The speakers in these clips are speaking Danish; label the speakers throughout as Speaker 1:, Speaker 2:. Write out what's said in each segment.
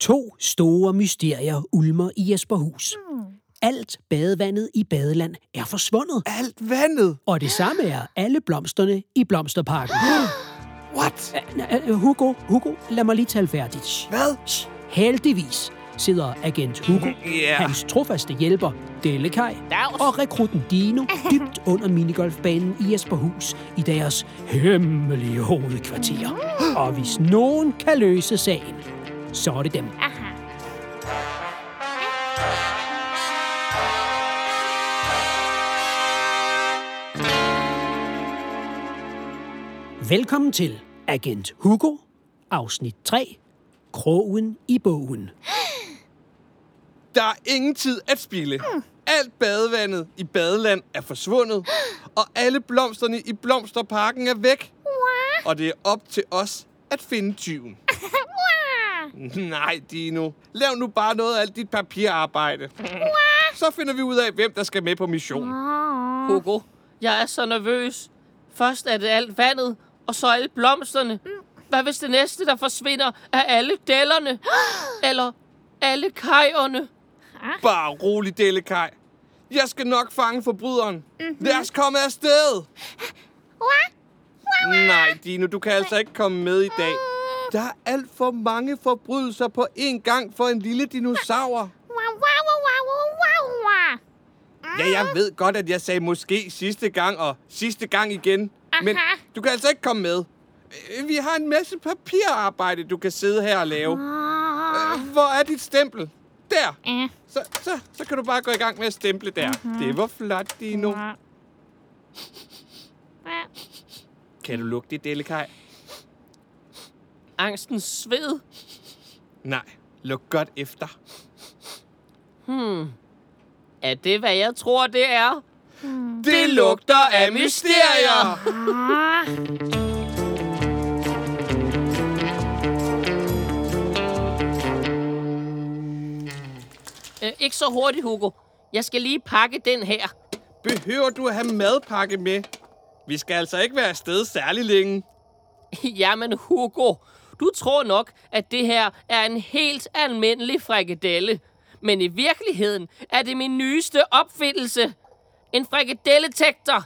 Speaker 1: To store mysterier ulmer i Jesperhus. Alt badevandet i badeland er forsvundet,
Speaker 2: Alt vandet!
Speaker 1: og det samme er alle blomsterne i blomsterparken.
Speaker 2: What?
Speaker 1: Æ, æ, Hugo, Hugo, lad mig lige tale færdigt.
Speaker 2: Hvad?
Speaker 1: Heldigvis sidder agent Hugo,
Speaker 2: Ja.
Speaker 1: hans trofaste hjælper, Dellekaj, og rekrutten Dino dybt under minigolfbanen i Jesperhus i deres hemmelige hovedkvarter. Og hvis nogen kan løse sagen, så er det dem. Velkommen til Agent Hugo, afsnit 3, Krogen i bogen.
Speaker 2: Der er ingen tid at spille. Alt badevandet i badeland er forsvundet, og alle blomsterne i blomsterparken er væk. Og det er op til os at finde tyven. Nej, Dino. Lav nu bare noget af alt dit papirarbejde. Så finder vi ud af, hvem der skal med på mission.
Speaker 3: Hugo, jeg er så nervøs. Først er det alt vandet, og så alle blomsterne. Hvad hvis det næste, der forsvinder, er alle dællerne? Eller alle kajerne?
Speaker 2: Bare rolig, Delekaj. Jeg skal nok fange forbryderen. Lad os komme afsted. Nej, Dino, du kan altså ikke komme med i dag. Der er alt for mange forbrydelser på én gang for en lille dinosaur. Ja, jeg ved godt, at jeg sagde måske sidste gang og sidste gang igen. Men
Speaker 4: Aha.
Speaker 2: du kan altså ikke komme med. Øh, Vi har en masse papirarbejde, du kan sidde her og lave. Øh, Hvor er dit stempel? Der. Så, så, så kan du bare gå i gang med at stemple der. Det var flot, Dino. Kan du lugte det, Delekaj?
Speaker 3: Angstens sved.
Speaker 2: Nej. Luk godt efter.
Speaker 3: Er det, hvad jeg tror, det er?
Speaker 2: Det lugter af mysterier!
Speaker 3: Øh, ikke så hurtigt, Hugo. Jeg skal lige pakke den her.
Speaker 2: Behøver du at have madpakke med? Vi skal altså ikke være afsted særlig længe.
Speaker 3: Jamen, Hugo, du tror nok, at det her er en helt almindelig frikadelle. Men i virkeligheden er det min nyeste opfindelse. En frikadelletektor.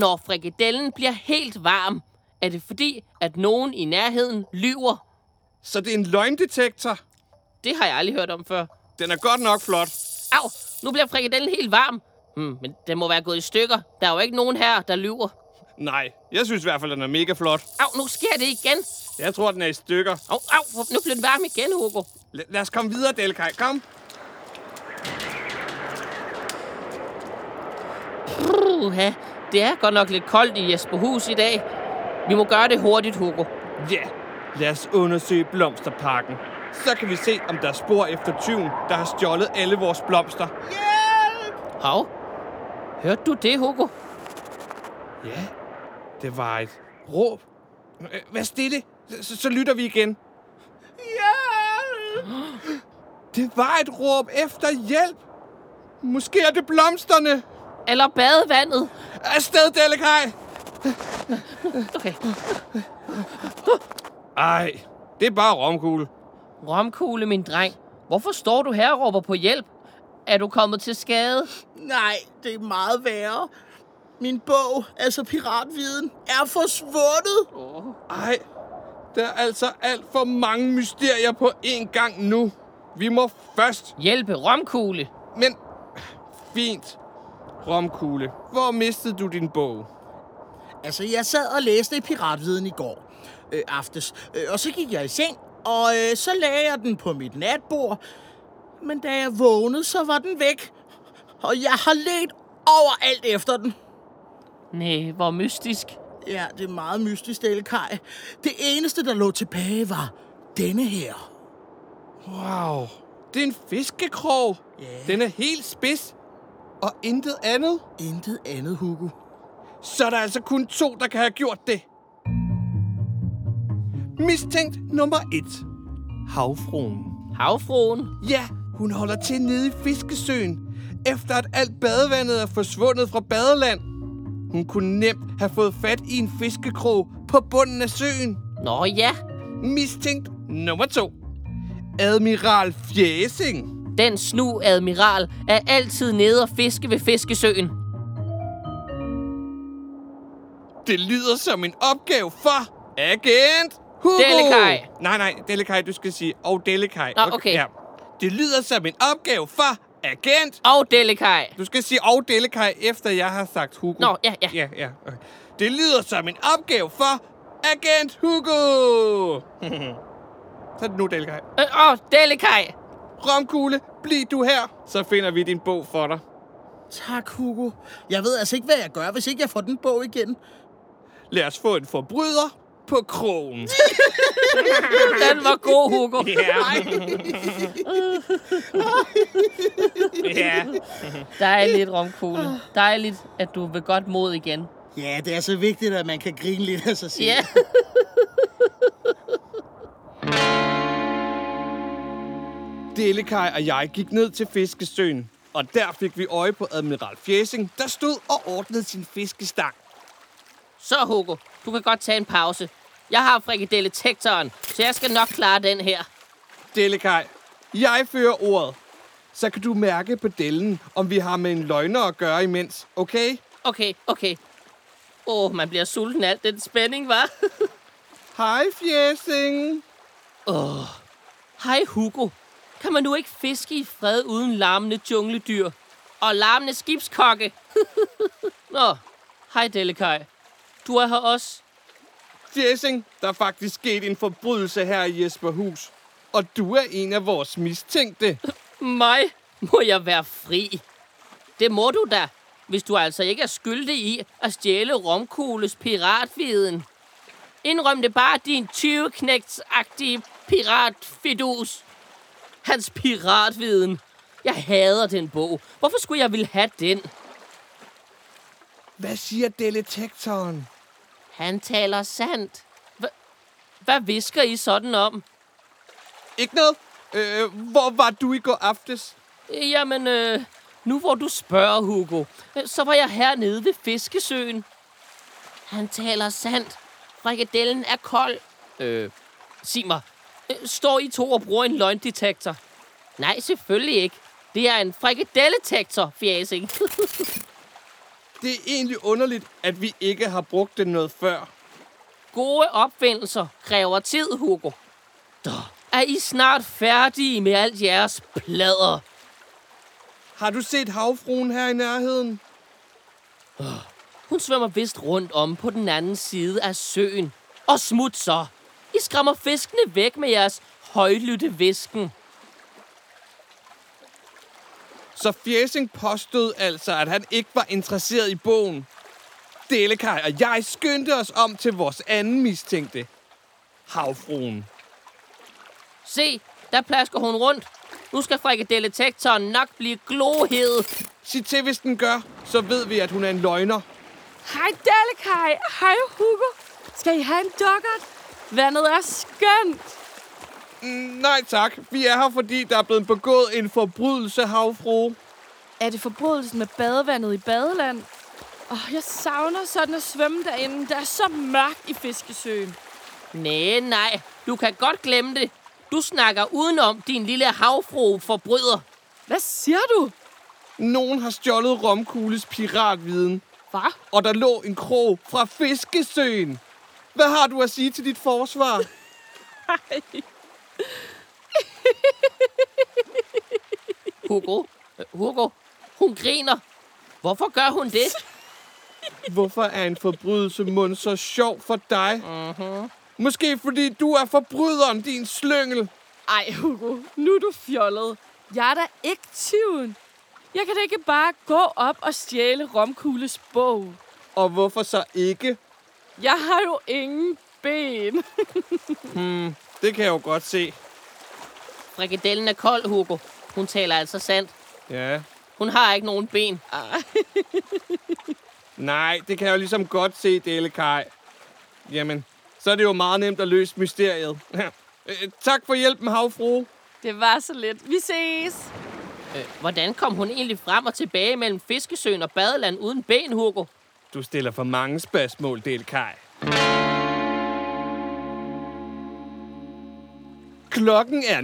Speaker 3: Når frikadellen bliver helt varm, er det fordi, at nogen i nærheden lyver.
Speaker 2: Så det er en løgndetektor.
Speaker 3: Det har jeg aldrig hørt om før.
Speaker 2: Den er godt nok flot.
Speaker 3: Au, nu bliver frikadellen helt varm. Hmm, men den må være gået i stykker. Der er jo ikke nogen her, der lyver.
Speaker 2: Nej, jeg synes i hvert fald, den er mega flot.
Speaker 3: Au, nu sker det igen.
Speaker 2: Jeg tror, den er i stykker.
Speaker 3: Au, au, nu bliver den varm igen, Hugo.
Speaker 2: L- lad os komme videre, Delkaj. Kom.
Speaker 3: Uha, det er godt nok lidt koldt i Jesperhus i dag. Vi må gøre det hurtigt, Hugo.
Speaker 2: Ja, yeah. lad os undersøge blomsterparken. Så kan vi se, om der er spor efter tyven, der har stjålet alle vores blomster.
Speaker 3: Hav, hørte du det, Hugo?
Speaker 2: Ja, det var et råb. Øh, Vær stille, så, så lytter vi igen. Hjælp! Det var et råb efter hjælp. Måske er det blomsterne.
Speaker 3: Eller badevandet?
Speaker 2: Afsted, Delekaj!
Speaker 3: Okay,
Speaker 2: Ej, det er bare romkugle.
Speaker 3: romkugle, min dreng. Hvorfor står du her og råber på hjælp? Er du kommet til skade?
Speaker 5: Nej, det er meget værre. Min bog, altså piratviden, er forsvundet.
Speaker 2: Ej, der er altså alt for mange mysterier på én gang nu. Vi må først,
Speaker 3: Hjælpe romkugle?
Speaker 2: men fint. Romkugle, hvor mistede du din bog?
Speaker 5: Altså, jeg sad og læste i piratviden i går øh, aftes, øh, og så gik jeg i seng, og øh, så lagde jeg den på mit natbord. Men da jeg vågnede, så var den væk, og jeg har let overalt efter den.
Speaker 3: Næh, hvor mystisk.
Speaker 5: Ja, det er meget mystisk, Elkaj. Det eneste, der lå tilbage, var denne her.
Speaker 2: Wow, det er en fiskekrog.
Speaker 5: Ja.
Speaker 2: Den er helt spids. Og intet andet.
Speaker 5: Intet andet, Hugo.
Speaker 2: Så er der altså kun to, der kan have gjort det. Mistænkt nummer et. Havfruen.
Speaker 3: Havfruen?
Speaker 2: Ja, hun holder til nede i Fiskesøen, efter at alt badevandet er forsvundet fra badeland. Hun kunne nemt have fået fat i en fiskekrog på bunden af søen.
Speaker 3: Nå ja,
Speaker 2: Mistænkt nummer to. Admiral Fjæsing.
Speaker 3: Den snu admiral er altid nede og fiske ved fiskesøen.
Speaker 2: Det lyder som en opgave for agent Hugo.
Speaker 3: Delekaj.
Speaker 2: Nej, nej, Delekaj, du skal sige. Og Delekaj.
Speaker 3: Nå, okay.
Speaker 2: Det lyder som en opgave for agent.
Speaker 3: Og Delekaj.
Speaker 2: Du skal sige og Delekaj, efter jeg har sagt Hugo.
Speaker 3: Nå, ja, ja.
Speaker 2: Ja, ja. Okay. Det lyder som en opgave for agent Hugo. Så er det nu, Delekaj.
Speaker 3: Øh, Åh, Delekaj.
Speaker 2: Romkugle, bliv du her. Så finder vi din bog for dig.
Speaker 5: Tak, Hugo. Jeg ved altså ikke, hvad jeg gør, hvis ikke jeg får den bog igen.
Speaker 2: Lad os få en forbryder på krogen.
Speaker 3: Den var god, Hugo.
Speaker 2: ja.
Speaker 3: Der er lidt romkugle. Dejligt, at du vil godt mod igen.
Speaker 5: Ja, det er så vigtigt, at man kan grine lidt af sig selv.
Speaker 3: Ja.
Speaker 2: Delekaj og jeg gik ned til fiskesøen, og der fik vi øje på Admiral Fjæsing, der stod og ordnede sin fiskestang.
Speaker 3: Så, Hugo, du kan godt tage en pause. Jeg har frikadelletektoren, så jeg skal nok klare den her.
Speaker 2: Delekaj, jeg fører ordet. Så kan du mærke på dellen, om vi har med en løgner at gøre imens, okay?
Speaker 3: Okay, okay. Åh, oh, man bliver sulten af alt den spænding, var.
Speaker 2: Hej, Fjæsing.
Speaker 3: Hej, Hugo. Kan man nu ikke fiske i fred uden larmende jungledyr? Og larmende skibskokke? Nå, hej Delekaj. Du er her også.
Speaker 2: Fjæsing, der er faktisk sket en forbrydelse her i Jesperhus. Og du er en af vores mistænkte.
Speaker 3: Mig? Må jeg være fri? Det må du da, hvis du altså ikke er skyldig i at stjæle romkugles piratviden. Indrøm det bare din 20 agtige piratfidus. Hans piratviden. Jeg hader den bog. Hvorfor skulle jeg ville have den?
Speaker 2: Hvad siger detektoren?
Speaker 3: Han taler sandt. Hva- Hvad visker I sådan om?
Speaker 2: Ikke noget. Øh, hvor var du i går aftes?
Speaker 3: Jamen, øh, nu hvor du spørger, Hugo, øh, så var jeg hernede ved Fiskesøen. Han taler sandt. Frikadellen er kold. Øh, sig mig, øh, står I to og bruger en løgndetektor? Nej, selvfølgelig ikke. Det er en frikadelletektor, fjæsing.
Speaker 2: Det er egentlig underligt, at vi ikke har brugt den noget før.
Speaker 3: Gode opfindelser kræver tid, Hugo. Da er I snart færdige med alt jeres plader.
Speaker 2: Har du set havfruen her i nærheden?
Speaker 3: Hun svømmer vist rundt om på den anden side af søen. Og smut så! I skræmmer fiskene væk med jeres højlytte visken.
Speaker 2: Så Fjæsing påstod altså, at han ikke var interesseret i bogen. Delekaj og jeg skyndte os om til vores anden mistænkte. Havfruen.
Speaker 3: Se, der plasker hun rundt. Nu skal frikadelletektoren nok blive glohed.
Speaker 2: Sig til, hvis den gør, så ved vi, at hun er en løgner.
Speaker 4: Hej Dalekaj, hej Hugo. Skal I have en dukkert? Vandet er skønt.
Speaker 2: Mm, nej tak. Vi er her, fordi der er blevet begået en forbrydelse, havfrue.
Speaker 4: Er det forbrydelsen med badevandet i badeland? Åh, jeg savner sådan at svømme derinde. Der er så mørkt i fiskesøen.
Speaker 3: Nej, nej, du kan godt glemme det. Du snakker udenom din lille havfru forbryder.
Speaker 4: Hvad siger du?
Speaker 2: Nogen har stjålet romkugles piratviden.
Speaker 4: Hvad?
Speaker 2: og der lå en krog fra Fiskesøen. Hvad har du at sige til dit forsvar?
Speaker 3: Hugo, øh, Hugo, hun griner. Hvorfor gør hun det?
Speaker 2: Hvorfor er en forbrydelse mund så sjov for dig? Mm-hmm. Måske fordi du er forbryderen, din slyngel.
Speaker 4: Ej, Hugo, nu er du fjollet. Jeg er da ikke tyven. Jeg kan da ikke bare gå op og stjæle romkugles bog.
Speaker 2: Og hvorfor så ikke?
Speaker 4: Jeg har jo ingen ben.
Speaker 2: Det kan jeg jo godt se.
Speaker 3: Frikadellen er kold, Hugo. Hun taler altså sandt.
Speaker 2: Ja.
Speaker 3: Hun har ikke nogen ben.
Speaker 2: Nej, det kan jeg jo ligesom godt se, Delekaj. Jamen, så er det jo meget nemt at løse mysteriet. Øh, tak for hjælpen, havfrue.
Speaker 4: Det var så lidt. Vi ses.
Speaker 3: Øh, hvordan kom hun egentlig frem og tilbage mellem Fiskesøen og Badeland uden ben, Hugo?
Speaker 2: Du stiller for mange spørgsmål, Delekaj. Klokken er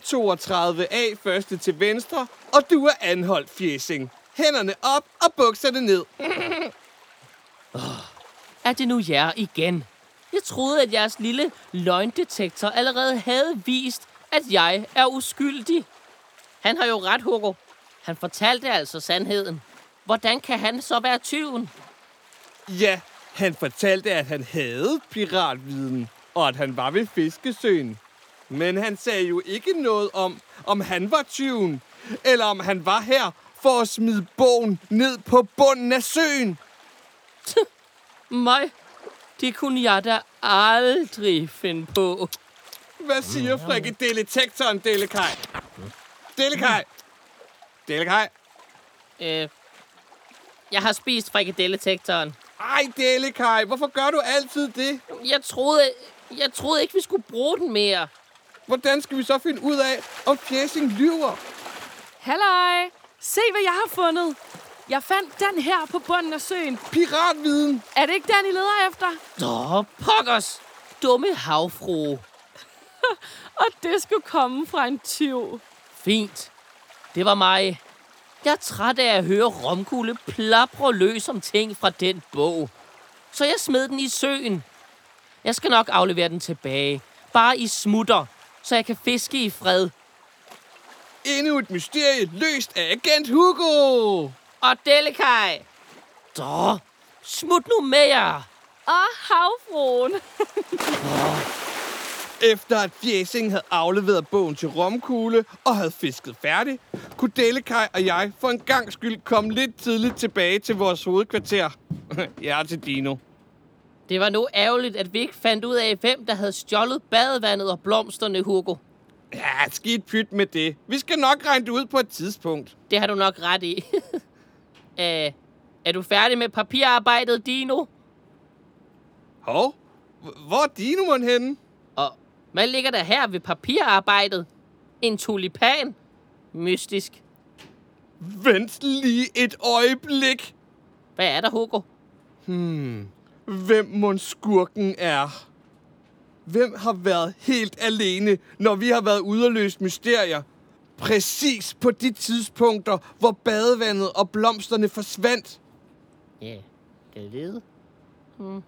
Speaker 2: 19.49.32 A, første til venstre, og du er anholdt, fjesing. Hænderne op og bukserne ned.
Speaker 3: Er det nu jer igen? Jeg troede, at jeres lille løgndetektor allerede havde vist, at jeg er uskyldig. Han har jo ret, Hugo. Han fortalte altså sandheden. Hvordan kan han så være tyven?
Speaker 2: Ja, han fortalte, at han havde piratviden, og at han var ved Fiskesøen. Men han sagde jo ikke noget om, om han var tyven, eller om han var her for at smide bogen ned på bunden af søen.
Speaker 3: Mig? Det kunne jeg da aldrig finde på.
Speaker 2: Hvad siger frikadelletektoren, Delekaj? Delekaj! Delekaj!
Speaker 3: Øh, jeg har spist frikadelletektoren.
Speaker 2: Ej, Delekaj, hvorfor gør du altid det?
Speaker 3: Jeg troede, jeg troede ikke, vi skulle bruge den mere.
Speaker 2: Hvordan skal vi så finde ud af, om Fjæsing lyver?
Speaker 4: Halløj! Se, hvad jeg har fundet. Jeg fandt den her på bunden af søen.
Speaker 2: Piratviden!
Speaker 4: Er det ikke den, I leder efter?
Speaker 3: Nå, pokkers! Dumme havfrue.
Speaker 4: Og det skulle komme fra en tyv.
Speaker 3: Fint. Det var mig. Jeg er træt af at høre Romkugle plapre løs om ting fra den bog. Så jeg smed den i søen. Jeg skal nok aflevere den tilbage. Bare i smutter, så jeg kan fiske i fred.
Speaker 2: Endnu et mysterie løst af agent Hugo!
Speaker 3: Og Delekaj! Dår, smut nu med jer!
Speaker 4: Og havfruen.
Speaker 2: Efter at Fjæsing havde afleveret bogen til Romkugle og havde fisket færdig, kunne Delekaj og jeg for en gang skyld komme lidt tidligt tilbage til vores hovedkvarter. Jeg er til Dino.
Speaker 3: Det var nu ærgerligt, at vi ikke fandt ud af, hvem der havde stjålet badevandet og blomsterne, Hugo.
Speaker 2: Ja, skidt pyt med det. Vi skal nok regne det ud på et tidspunkt.
Speaker 3: Det har du nok ret i. Æh, er du færdig med papirarbejdet, Dino?
Speaker 2: Hov, h- hvor er Dino mon henne?
Speaker 3: Og hvad ligger der her ved papirarbejdet? En tulipan? Mystisk.
Speaker 2: Vent lige et øjeblik.
Speaker 3: Hvad er der, Hugo?
Speaker 2: Hvem mon skurken er? Hvem har været helt alene, når vi har været ude og løst mysterier? Præcis på de tidspunkter, hvor badevandet og blomsterne forsvandt.
Speaker 3: Ja, kan jeg vide? Hmm.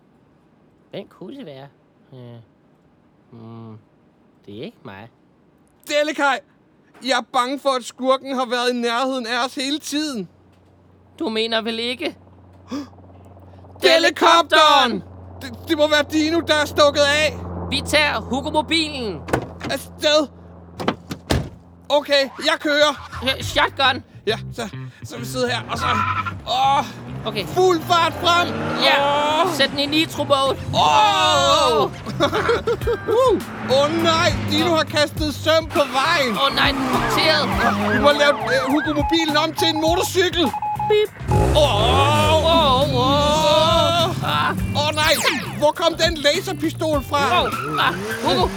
Speaker 3: Hvem kunne det være? Ja. Hmm. Det er ikke mig.
Speaker 2: Delekaj, jeg er bange for, at skurken har været i nærheden af os hele tiden.
Speaker 3: Du mener vel ikke?
Speaker 2: Delekopteren! Det, det må være Dino, der er stukket af.
Speaker 3: Vi tager Hugo-mobilen!
Speaker 2: Afsted! Okay, jeg kører.
Speaker 3: Øh, Shotgun!
Speaker 2: Ja, så, så vi sidder her, og så... Åh,
Speaker 3: Okay,
Speaker 2: fuld fart frem!
Speaker 3: ja!
Speaker 2: Åh.
Speaker 3: Sæt den i nitro-mode!
Speaker 2: Åh!
Speaker 3: Åh!
Speaker 2: Oh! Åh oh, nej, Dino har kastet søm på vejen.
Speaker 3: Åh nej, den er monteret!
Speaker 2: Vi må lave uh, Hugo-mobilen om til en motorcykel.
Speaker 3: Åh, åh, åh!
Speaker 2: Åh
Speaker 3: Ah,
Speaker 2: oh, oh, nej, hvor kom den laserpistol fra?
Speaker 3: åh, ah, Hugo!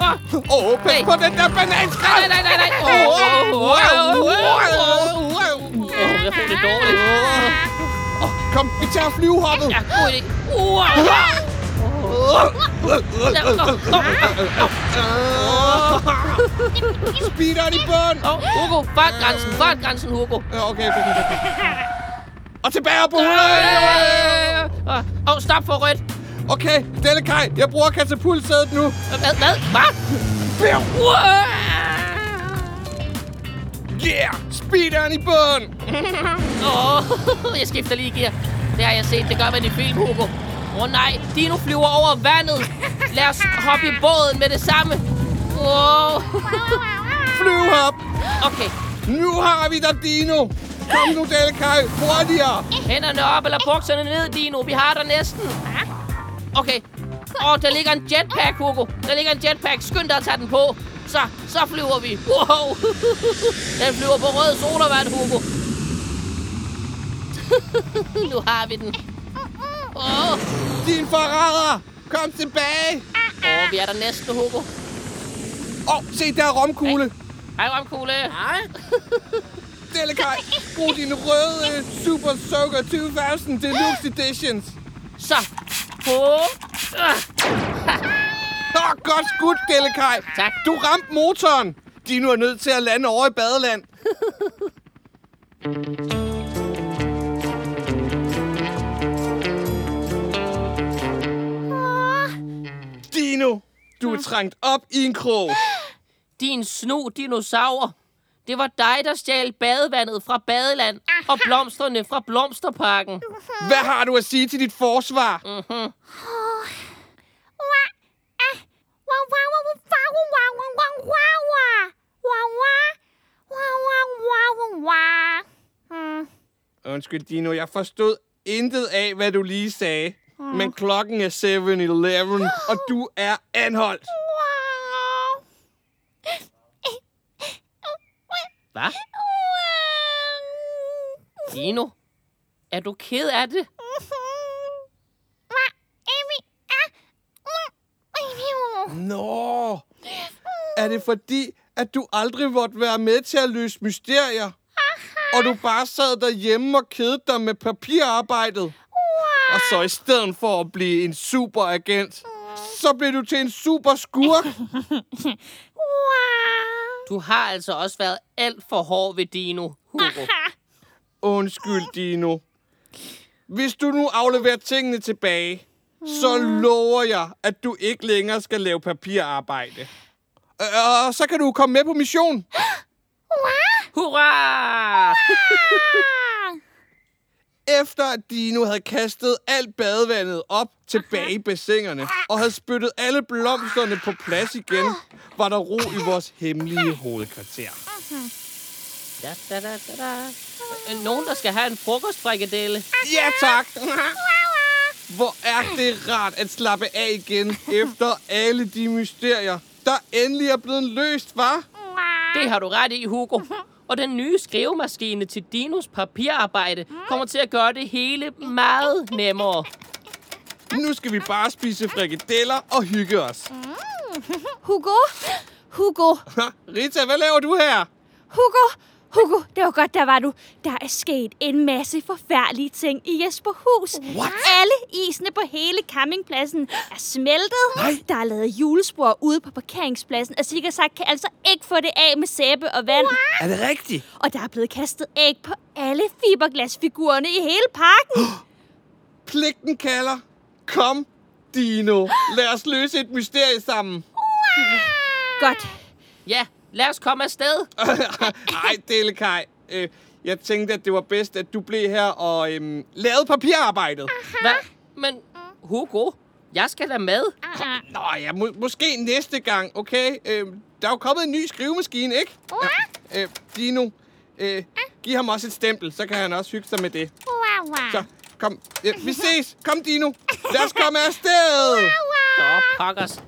Speaker 3: Ah,
Speaker 2: Åh, oh, pas
Speaker 3: Hey.
Speaker 2: på den der bananskræl.
Speaker 3: nej, nej, nej, nej! Åh, åh, åh, åh, åh, åh. Åh, jeg fik det dårligt.
Speaker 2: Kom, vi tager flyvehoppet.
Speaker 3: Ja, god idé. Wow. Lad os gå. Nå,
Speaker 2: Speederen i bund.
Speaker 3: nå, Hugo, fartgrænsen, fartgrænsen, Hugo.
Speaker 2: Ja, Okay, okay, okay, okay. Og tilbage op på hundrede.
Speaker 3: Øh, Åh, åh, stop for rødt.
Speaker 2: Okay, denne kaj, jeg bruger katapultsædet nu.
Speaker 3: Hvad, hvad, hvad? Wow.
Speaker 2: Yeah, speederen i bund.
Speaker 3: Åh, jeg skifter lige gear. Det har jeg set, det gør man i film, Hugo. Åh oh, nej, Dino flyver over vandet. Lad os hoppe i båden med det samme. Wow.
Speaker 2: Flyv op.
Speaker 3: Okay,
Speaker 2: Nu har vi dig, Dino. Kom nu, denne kaj, hurtigere.
Speaker 3: hænderne op eller bukserne ned, Dino. Vi har dig næsten. Okay. Åh, oh, der ligger en jetpack, Hugo. Der ligger en jetpack. Skynd dig at tage den på. Så, så flyver vi. Wow. Den flyver på rød sodavand, Hugo. nu har vi den. Åh, oh,
Speaker 2: Din forræder. Kom tilbage.
Speaker 3: oh, vi er der næsten, Hugo.
Speaker 2: Åh, oh, se, der er romkugle.
Speaker 3: Hej, Romkugle.
Speaker 5: Nej,
Speaker 2: Denne kaj, brug din røde øh, Super Soaker 2000
Speaker 3: Ah.
Speaker 2: Deluxe Editions.
Speaker 3: Så. På.
Speaker 2: Så godt skudt, Gællekaj.
Speaker 3: Tak.
Speaker 2: Du ramte motoren. De nu er nødt til at lande over i badeland. Dino, du er trængt op i en krog.
Speaker 3: Din snu dinosaur. Det var dig, der stjal badevandet fra badeland og blomsterne fra blomsterparken.
Speaker 2: Hvad har du at sige til dit forsvar? Undskyld, Dino. Jeg forstod intet af, hvad du lige sagde. Men klokken er 7-Eleven, og du er anholdt.
Speaker 3: Hvad? Dino, er du ked af det?
Speaker 2: Nå, er det fordi, at du aldrig måtte være med til at løse mysterier? Og du bare sad derhjemme og kedede dig med papirarbejdet? Og så i stedet for at blive en superagent, så blev du til en super skurk.
Speaker 3: Du har altså også været alt for hård ved Dino, Hugo.
Speaker 2: Undskyld, Dino. Hvis du nu afleverer tingene tilbage, så lover jeg, at du ikke længere skal lave papirarbejde. Øh, Og så kan du komme med på mission.
Speaker 3: Hurra!
Speaker 2: Efter at Dino havde kastet alt badevandet op tilbage i bassinerne og havde spyttet alle blomsterne på plads igen, var der ro i vores hemmelige hovedkvarter.
Speaker 3: Da, da, da, da, da. Øh, Nogen, der skal have en frokostfrikadelle.
Speaker 2: Ja tak! Hvor er det rart at slappe af igen efter alle de mysterier, der endelig er blevet løst, var?
Speaker 3: Det har du ret i, Hugo. Og den nye skrivemaskine til Dinos papirarbejde kommer til at gøre det hele meget nemmere.
Speaker 2: Nu skal vi bare spise frikadeller og hygge os.
Speaker 6: Hugo, Hugo,
Speaker 2: Ha, Rita, hvad laver du her?
Speaker 6: Hugo, Hugo, det var godt, der var du. Der er sket en masse forfærdelige ting i Jesperhus. What? Alle isene på hele campingpladsen er smeltet. Nej. Der er lavet julespor ude på parkeringspladsen, og Sikker sagt kan altså ikke få det af med sæbe og vand. What?
Speaker 2: Er det rigtigt?
Speaker 6: Og der er blevet kastet æg på alle fiberglasfigurerne i hele parken.
Speaker 2: Pligten kalder. Kom, Dino. Lad os løse et mysterie sammen.
Speaker 6: godt.
Speaker 3: Ja, lad os komme afsted.
Speaker 2: Ej, Delekaj. Øh, jeg tænkte, at det var bedst, at du blev her og øhm, lavede papirarbejdet.
Speaker 3: Hvad? Men Hugo, jeg skal da med.
Speaker 2: Nå ja, må- måske næste gang, okay? Øh, der er jo kommet en ny skrivemaskine, ikke? Ja. Øh, Dino, øh, giv ham også et stempel, så kan han også hygge sig med det. Så, kom. Øh, vi ses. Kom, Dino. Lad os komme afsted.
Speaker 3: Nå, pokkers.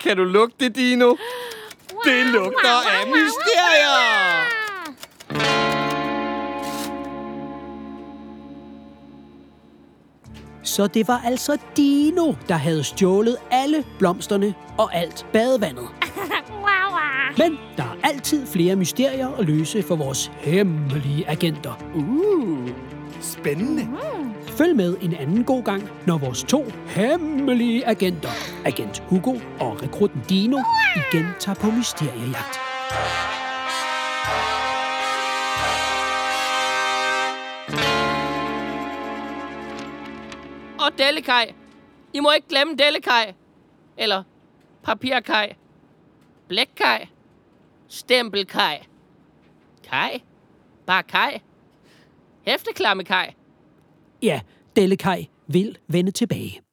Speaker 2: Kan du lugte det, Dino? Det lugter af mysterier.
Speaker 1: Så det var altså Dino, der havde stjålet alle blomsterne og alt badevandet. Men der er altid flere mysterier at løse for vores hemmelige agenter.
Speaker 2: Spændende.
Speaker 1: Følg med en anden god gang, når vores to hemmelige agenter, agent Hugo og rekrutten Dino, igen tager på mysteriejagt.
Speaker 3: Og Dellekaj. I må ikke glemme Dellekaj. Eller papirkaj. Blækkaj. Stempelkaj. Kaj. Bare kaj. Hæfteklammekaj.
Speaker 1: Ja, Dellekaj vil vende tilbage.